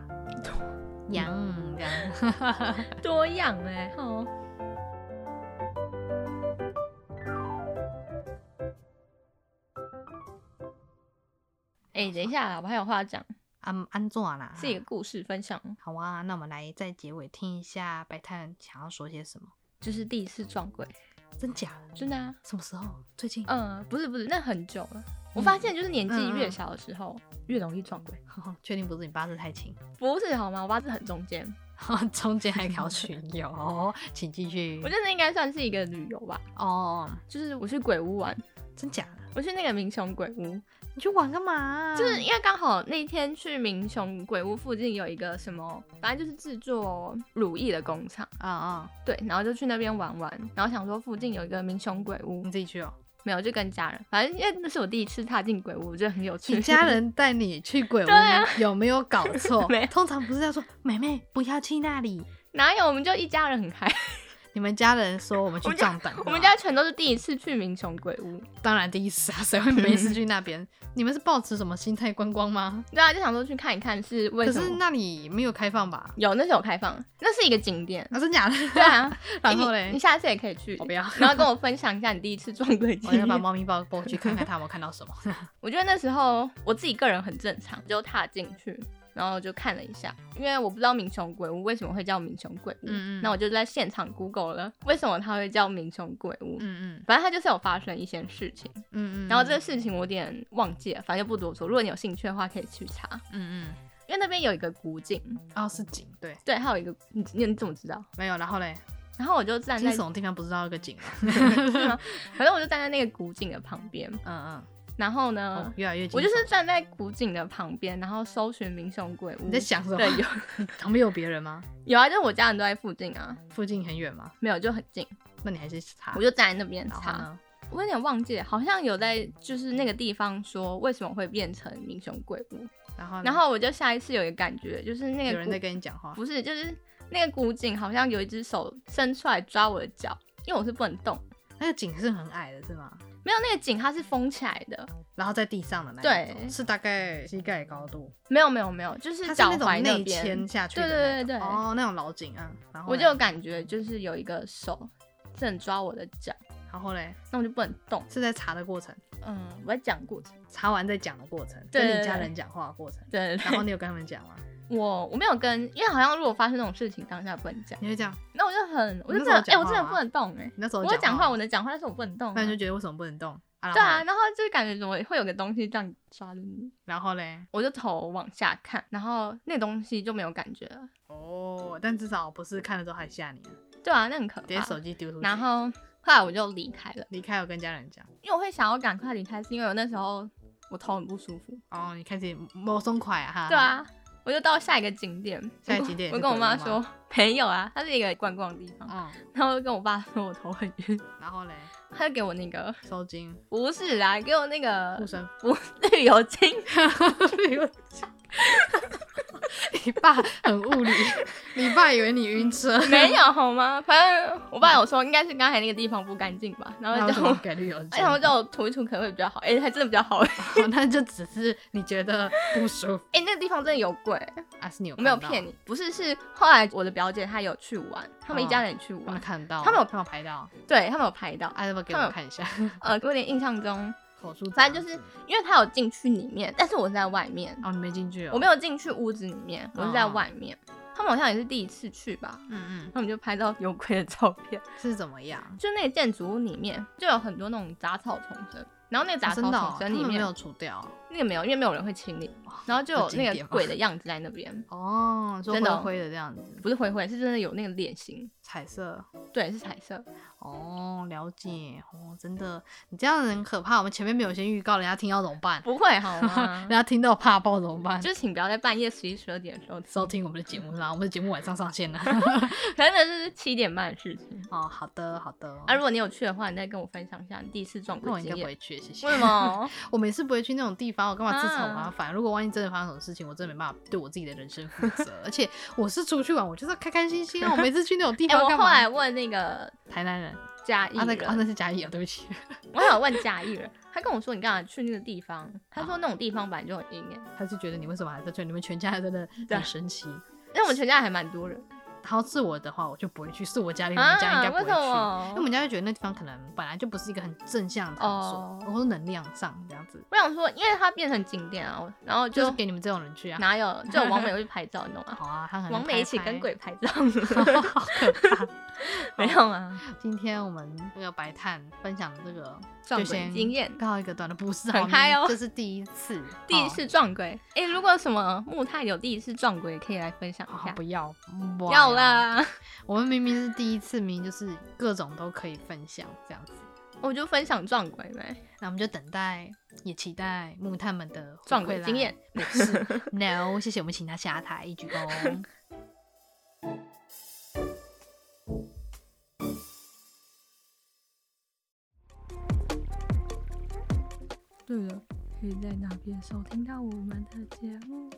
[SPEAKER 2] 多样
[SPEAKER 1] 嗯
[SPEAKER 2] 这样。
[SPEAKER 1] 多样哎、哦。哎、等一下啦，我还有话讲，
[SPEAKER 2] 安安坐啦，
[SPEAKER 1] 是一个故事分享，
[SPEAKER 2] 好啊，那我们来在结尾听一下白炭想要说些什么？
[SPEAKER 1] 就是第一次撞鬼，
[SPEAKER 2] 真假的？
[SPEAKER 1] 真的啊，
[SPEAKER 2] 什么时候？最近？
[SPEAKER 1] 嗯、不是不是，那很久了。我发现就是年纪
[SPEAKER 2] 嗯嗯
[SPEAKER 1] 越小的时候、越容易撞鬼，
[SPEAKER 2] 确定不是你八字太轻？
[SPEAKER 1] 不是好吗？我八字很中间，
[SPEAKER 2] 中间还 搞巡游哦，请继续
[SPEAKER 1] 我。觉得那应该算是一个旅游吧。
[SPEAKER 2] 哦，
[SPEAKER 1] 就是我去鬼屋玩，
[SPEAKER 2] 真假的？
[SPEAKER 1] 我去那个民雄鬼屋，
[SPEAKER 2] 你去玩干嘛、
[SPEAKER 1] 就是因为刚好那天去民雄鬼屋附近有一个什么，反正就是制作乳液的工厂，
[SPEAKER 2] 啊啊、
[SPEAKER 1] 对，然后就去那边玩玩，然后想说附近有一个民雄鬼屋
[SPEAKER 2] 你，自己去哦。
[SPEAKER 1] 没有就跟家人，反正因为那是我第一次踏进鬼屋，我觉得很有趣。
[SPEAKER 2] 你家人带你去鬼屋，
[SPEAKER 1] 对啊？
[SPEAKER 2] 有没有搞错
[SPEAKER 1] 没有
[SPEAKER 2] 通常不是要说妹妹不要去那里，
[SPEAKER 1] 哪有？我们就一家人很嗨，
[SPEAKER 2] 你们家人说我们去
[SPEAKER 1] 我们家
[SPEAKER 2] 壮胆，啊
[SPEAKER 1] 我们家全都是第一次去民雄鬼屋，
[SPEAKER 2] 当然第一次啊，谁会没事去那边？你们是抱持什么心态观光吗？
[SPEAKER 1] 对啊，就想说去看一看是为
[SPEAKER 2] 可
[SPEAKER 1] 什
[SPEAKER 2] 是
[SPEAKER 1] 么。
[SPEAKER 2] 那里没有开放吧？
[SPEAKER 1] 有，那是有开放，那是一个景点。
[SPEAKER 2] 啊，真 假的？
[SPEAKER 1] 对啊，
[SPEAKER 2] 然后
[SPEAKER 1] 哎你
[SPEAKER 2] 嘞
[SPEAKER 1] 你， 下次也可以去
[SPEAKER 2] 我，不要，
[SPEAKER 1] 然后跟我分享一下你第一次撞鬼经
[SPEAKER 2] 我哦要
[SPEAKER 1] 验
[SPEAKER 2] 把。猫咪抱过去看看它有没有看到 什么。
[SPEAKER 1] 我觉得那时候我自己个人很正常，就踏进去，然后就看了一下，因为我不知道民雄鬼屋为什么会叫民雄鬼屋，
[SPEAKER 2] 嗯嗯
[SPEAKER 1] 那我就在现场 Google 了为什么它会叫民雄鬼屋。
[SPEAKER 2] 嗯嗯
[SPEAKER 1] 反正它就是有发生一些事情，
[SPEAKER 2] 嗯嗯，
[SPEAKER 1] 然后这个事情我有点忘记了，反正就不多说。如果你有兴趣的话，可以去查，
[SPEAKER 2] 嗯嗯，
[SPEAKER 1] 因为那边有一个古井，
[SPEAKER 2] 哦是井，对，
[SPEAKER 1] 对，还有一个你你你怎么知道？
[SPEAKER 2] 没有。然后嘞，
[SPEAKER 1] 然后我就站
[SPEAKER 2] 惊
[SPEAKER 1] 在，
[SPEAKER 2] 悚的地方不知道有个井啊。
[SPEAKER 1] 是吗 反正我就站在那个古井的旁边，
[SPEAKER 2] 嗯
[SPEAKER 1] 然后
[SPEAKER 2] 嗯，哦
[SPEAKER 1] 呢，
[SPEAKER 2] 越来越惊悚。
[SPEAKER 1] 我就是站在古井的旁边，然后搜寻民雄鬼屋。
[SPEAKER 2] 你在想什么？
[SPEAKER 1] 对有
[SPEAKER 2] 旁边有别人吗？
[SPEAKER 1] 有啊，就是我家人都在附近啊，
[SPEAKER 2] 附近很远吗？
[SPEAKER 1] 没有就很近，
[SPEAKER 2] 那你还是查
[SPEAKER 1] 我。就站在那边
[SPEAKER 2] 啊然后
[SPEAKER 1] 查。
[SPEAKER 2] 呢？
[SPEAKER 1] 我有点忘记了，好像有在就是那个地方说为什么会变成民雄鬼屋，
[SPEAKER 2] 然后呢
[SPEAKER 1] 然后我就下一次有一个感觉，就是那
[SPEAKER 2] 嗯有
[SPEAKER 1] 个
[SPEAKER 2] 人在
[SPEAKER 1] 古
[SPEAKER 2] 跟你讲话。
[SPEAKER 1] 不是就是那个古井好像有一只手伸出来抓我的脚，因为我是不能动。
[SPEAKER 2] 那个井是很矮的，是吗？
[SPEAKER 1] 没有那个井它是封起来的，
[SPEAKER 2] 然后在地上的那一种
[SPEAKER 1] 对
[SPEAKER 2] 是大概膝盖高度，
[SPEAKER 1] 没有没有没有，就是
[SPEAKER 2] 它是
[SPEAKER 1] 脚
[SPEAKER 2] 那
[SPEAKER 1] 踝
[SPEAKER 2] 种内
[SPEAKER 1] 边。
[SPEAKER 2] 嵌下去的
[SPEAKER 1] 对
[SPEAKER 2] 那种。
[SPEAKER 1] 对对对，
[SPEAKER 2] 哦，那种老井啊。然后
[SPEAKER 1] 我
[SPEAKER 2] 嘞
[SPEAKER 1] 就有感觉就是有一个手正抓我的脚，
[SPEAKER 2] 然后嘞
[SPEAKER 1] 那我就不能动。
[SPEAKER 2] 是在查的过程，
[SPEAKER 1] 嗯，我在讲过程，
[SPEAKER 2] 查完再讲的过程，
[SPEAKER 1] 对
[SPEAKER 2] 跟
[SPEAKER 1] 对
[SPEAKER 2] 你家
[SPEAKER 1] 对
[SPEAKER 2] 人讲话的 过程。
[SPEAKER 1] 对对对
[SPEAKER 2] 然后你有跟他们讲吗？
[SPEAKER 1] 我我没有跟，因为好像如果发生这种事情，当下不能讲。
[SPEAKER 2] 你会这样？
[SPEAKER 1] 那我就很，我
[SPEAKER 2] 你
[SPEAKER 1] 就
[SPEAKER 2] 那
[SPEAKER 1] 真
[SPEAKER 2] 时
[SPEAKER 1] 的哎、我
[SPEAKER 2] 候，讲
[SPEAKER 1] 真的
[SPEAKER 2] 话吗
[SPEAKER 1] 不能动哎、
[SPEAKER 2] 你那时候
[SPEAKER 1] 我有讲话，
[SPEAKER 2] 话，
[SPEAKER 1] 我能讲话，但是我不能动、啊。
[SPEAKER 2] 那你就觉得为什么不能动？啊
[SPEAKER 1] 对啊，，然后就感觉怎么会有个东西这样抓着你，
[SPEAKER 2] 然后嘞，
[SPEAKER 1] 我就头往下看，然后那东西就没有感觉了。
[SPEAKER 2] 哦，但至少不是看了之后还吓你啊，
[SPEAKER 1] 对啊，那很可
[SPEAKER 2] 直接
[SPEAKER 1] 怕。
[SPEAKER 2] 手机丢出去，
[SPEAKER 1] 然后后来我就离开了，
[SPEAKER 2] 离开我跟家人讲，
[SPEAKER 1] 因为我会想要赶快离开，是因为我那时候我头很不舒服。
[SPEAKER 2] 哦，你开始摸松快啊哈，
[SPEAKER 1] 对，啊，我就到下一个景点，
[SPEAKER 2] 下一个景点也
[SPEAKER 1] 我
[SPEAKER 2] 是
[SPEAKER 1] 跟我妈
[SPEAKER 2] 鬼屋
[SPEAKER 1] 说没有啊，它是一个观光的地方，
[SPEAKER 2] 嗯，
[SPEAKER 1] 然后就跟我爸说我头很晕，
[SPEAKER 2] 然后嘞，
[SPEAKER 1] 他就给我那个
[SPEAKER 2] 收金
[SPEAKER 1] 不是啦，给呃我那个
[SPEAKER 2] 护身符，
[SPEAKER 1] 不旅游金，
[SPEAKER 2] 你爸很物理，你爸以为你晕车，
[SPEAKER 1] 没有好吗？反正我爸有说应该是刚才那个地方不干净吧，然后
[SPEAKER 2] 那为
[SPEAKER 1] 叫
[SPEAKER 2] 什
[SPEAKER 1] 我
[SPEAKER 2] 么，给绿油精？
[SPEAKER 1] 然后叫我涂一涂可能会比较好，哎、还真的比较 好，哎、
[SPEAKER 2] 哦那就只是你觉得不舒服，
[SPEAKER 1] 那个地方真的有鬼，
[SPEAKER 2] 还是你有
[SPEAKER 1] 我没有
[SPEAKER 2] 看到
[SPEAKER 1] 骗？你，不是是后来我的表姐她有去玩，他
[SPEAKER 2] 哦
[SPEAKER 1] 们一家人去
[SPEAKER 2] 我
[SPEAKER 1] 玩，
[SPEAKER 2] 们看到，
[SPEAKER 1] 他们有
[SPEAKER 2] 他们有拍到，
[SPEAKER 1] 对他们有拍到，
[SPEAKER 2] 哎，要不要给我
[SPEAKER 1] 他们
[SPEAKER 2] 们看一下？
[SPEAKER 1] 呃，我有点印象中，
[SPEAKER 2] 口述，
[SPEAKER 1] 反正就是因为她有进去里面，但是我是在外面，
[SPEAKER 2] 哦，你没进去哦，
[SPEAKER 1] 我没有进去屋子里面，我是在
[SPEAKER 2] 哦
[SPEAKER 1] 外面，他们好像也是第一次去吧，
[SPEAKER 2] 嗯
[SPEAKER 1] 他们就拍到有鬼的照片。
[SPEAKER 2] 嗯，是怎么样？
[SPEAKER 1] 就那个建筑物里面就有很多那种杂草丛生，然后那个杂
[SPEAKER 2] 哦
[SPEAKER 1] 草
[SPEAKER 2] 真的哦
[SPEAKER 1] 丛，
[SPEAKER 2] 他
[SPEAKER 1] 生里
[SPEAKER 2] 们没
[SPEAKER 1] 面、
[SPEAKER 2] 有除掉
[SPEAKER 1] 那个没有，因为没有人会清理，然后就有
[SPEAKER 2] 这景
[SPEAKER 1] 那
[SPEAKER 2] 点
[SPEAKER 1] 个
[SPEAKER 2] 吗
[SPEAKER 1] 鬼的样子在那边，
[SPEAKER 2] 哦，就灰
[SPEAKER 1] 真的哦
[SPEAKER 2] 灰的这样子，
[SPEAKER 1] 不是灰灰，是真的有那个脸型，
[SPEAKER 2] 彩色。
[SPEAKER 1] 对，是彩色。
[SPEAKER 2] 哦，了
[SPEAKER 1] 嗯
[SPEAKER 2] 解哦，真的，你这样很可怕。我们前面没有先预告，人家听到怎么办？
[SPEAKER 1] 不会好
[SPEAKER 2] 人
[SPEAKER 1] 吗？
[SPEAKER 2] 家听到怕爆怎么办？
[SPEAKER 1] 嗯就请不要在半夜十一、十二点的时候
[SPEAKER 2] 收
[SPEAKER 1] 听，
[SPEAKER 2] 听我们的节目啦，我们的节目晚上上线 了。
[SPEAKER 1] 可能是七点半的事情。
[SPEAKER 2] 哦，好的，好的。哦
[SPEAKER 1] 啊，如果你有去的话，你再跟我分享一下你第一次撞
[SPEAKER 2] 那我
[SPEAKER 1] 鬼
[SPEAKER 2] 应
[SPEAKER 1] 经
[SPEAKER 2] 该不
[SPEAKER 1] 验。
[SPEAKER 2] 会去，谢谢。
[SPEAKER 1] 为什？ 么？哎
[SPEAKER 2] 我每次不会去那种地方，我干嘛自找麻
[SPEAKER 1] 啊
[SPEAKER 2] 烦？如果万一真的发生什么事情，我真的没办法对我自己的人生负责。而且我是出去玩，我就是开开心心啊。我每次去那种 地
[SPEAKER 1] 哎、
[SPEAKER 2] 方
[SPEAKER 1] 我
[SPEAKER 2] 干
[SPEAKER 1] 后
[SPEAKER 2] 嘛？
[SPEAKER 1] 来问那个
[SPEAKER 2] 台南人，
[SPEAKER 1] 嘉义
[SPEAKER 2] 啊，那
[SPEAKER 1] 人，
[SPEAKER 2] 个啊，那是嘉义啊，对不起。
[SPEAKER 1] 我想问嘉义人，他跟我说你干嘛去那个地方？他说那种地方本来就很阴哎、
[SPEAKER 2] 他就觉得你为什么还在这？你们全家真的
[SPEAKER 1] 对啊
[SPEAKER 2] 很神奇。
[SPEAKER 1] 因为我们全家还蛮多人
[SPEAKER 2] 然后是我的话，我就不会去；是我家哎里人，我
[SPEAKER 1] 啊，
[SPEAKER 2] 们家应该不
[SPEAKER 1] 为
[SPEAKER 2] 会
[SPEAKER 1] 什
[SPEAKER 2] 去。因为我
[SPEAKER 1] 么？
[SPEAKER 2] 们家就觉得那地方可能本来就不是一个很正向的场
[SPEAKER 1] 哦
[SPEAKER 2] 所，或者能量上这样子，
[SPEAKER 1] 我想说，因为它变成景点啊，我然后
[SPEAKER 2] 就
[SPEAKER 1] 就是
[SPEAKER 2] 给你们这种人去啊。
[SPEAKER 1] 哪有就有王美会去拍照，你懂 吗？
[SPEAKER 2] 好啊，他很
[SPEAKER 1] 王美一起跟，鬼拍照，
[SPEAKER 2] 好可怕。
[SPEAKER 1] 没有啊，
[SPEAKER 2] 今天我们这个白炭分享的这个
[SPEAKER 1] 撞
[SPEAKER 2] 就
[SPEAKER 1] 鬼
[SPEAKER 2] 先
[SPEAKER 1] 经验，
[SPEAKER 2] 告一个段落，不是
[SPEAKER 1] 很
[SPEAKER 2] 好
[SPEAKER 1] 嗨哦
[SPEAKER 2] 这是第一次，
[SPEAKER 1] 第一次撞鬼。哎、如果什么木炭有第一次撞鬼，可以来分享
[SPEAKER 2] 哦。
[SPEAKER 1] 一
[SPEAKER 2] 好，
[SPEAKER 1] 下
[SPEAKER 2] 不。啊要，不
[SPEAKER 1] 要，啦，
[SPEAKER 2] 我们明明是第一次，明明就是各种都可以分享这样子，
[SPEAKER 1] 我就分享撞鬼呗。
[SPEAKER 2] 那我们就等待，也期待木炭们的回
[SPEAKER 1] 撞
[SPEAKER 2] 馈
[SPEAKER 1] 鬼
[SPEAKER 2] 啦
[SPEAKER 1] 经验。
[SPEAKER 2] 没事，no，谢谢， 我们请他下台，一鞠躬。
[SPEAKER 1] 对了，可以在哪边收听到我们的节目？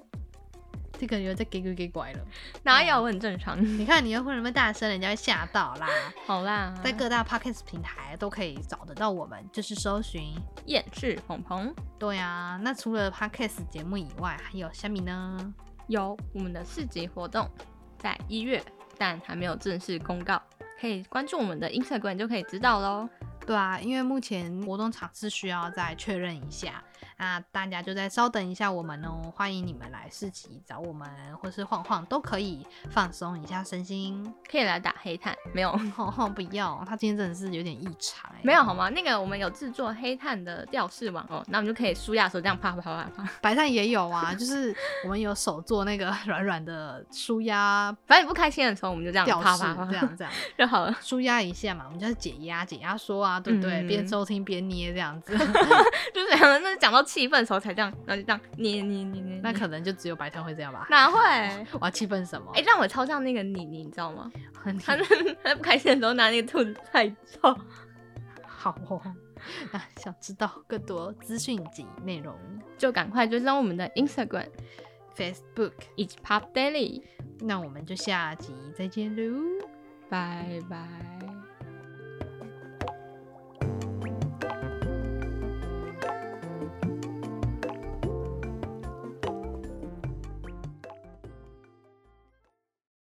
[SPEAKER 2] 这个有在给鬼给拐了，
[SPEAKER 1] 哪有，我很正常。
[SPEAKER 2] 你看你又会那么大声，人家会吓到啦。
[SPEAKER 1] 好啦，
[SPEAKER 2] 在各大 podcast 平台都可以找得到我们，就是搜寻
[SPEAKER 1] 厌世鹏鹏
[SPEAKER 2] 对啊，那除了 podcast 节目以外，还有虾米呢？
[SPEAKER 1] 有我们的市集活动，在一月，但还没有正式公告，可以关注我们的 Instagram 就可以知道喽。
[SPEAKER 2] 对啊，因为目前活动场次需要再确认一下，那大家就再稍等一下我们哦。欢迎你们来市集找我们，或是晃晃都可以放松一下身心。
[SPEAKER 1] 可以来打黑炭，没有
[SPEAKER 2] 晃晃不要，他今天真的是有点异常、欸，
[SPEAKER 1] 没有好吗？那个我们有制作黑炭的吊饰网哦，那我们就可以舒压的时候这样啪啪啪啪啪，
[SPEAKER 2] 白炭也有啊，就是我们有手做那个 软软的舒压
[SPEAKER 1] 反正你不开心的时候我们就这样
[SPEAKER 2] 吊
[SPEAKER 1] 啪
[SPEAKER 2] 饰
[SPEAKER 1] 啪啪，
[SPEAKER 2] 这样这样。
[SPEAKER 1] 就好了，
[SPEAKER 2] 舒压一下嘛，我们就是解压解压缩啊，对不对？
[SPEAKER 1] 嗯
[SPEAKER 2] 边收听边捏这 样
[SPEAKER 1] 就
[SPEAKER 2] 子，
[SPEAKER 1] 是这样。那讲到气氛的时候才这样，然后就这样捏捏捏捏，
[SPEAKER 2] 那
[SPEAKER 1] 捏
[SPEAKER 2] 可能就只有白炭会这样吧。
[SPEAKER 1] 哪会？哎、
[SPEAKER 2] 我要气愤什么？
[SPEAKER 1] 让我超像那个妮妮，你知道吗？
[SPEAKER 2] 很
[SPEAKER 1] 她 她不开心的时候拿那个兔子拍照。
[SPEAKER 2] 好哦。那想知道更多资讯及内容
[SPEAKER 1] 就赶快追踪我们的 Instagram
[SPEAKER 2] ，Facebook，
[SPEAKER 1] 以及 Pop Daily，
[SPEAKER 2] 那我们就下集再见喽。
[SPEAKER 1] 拜拜。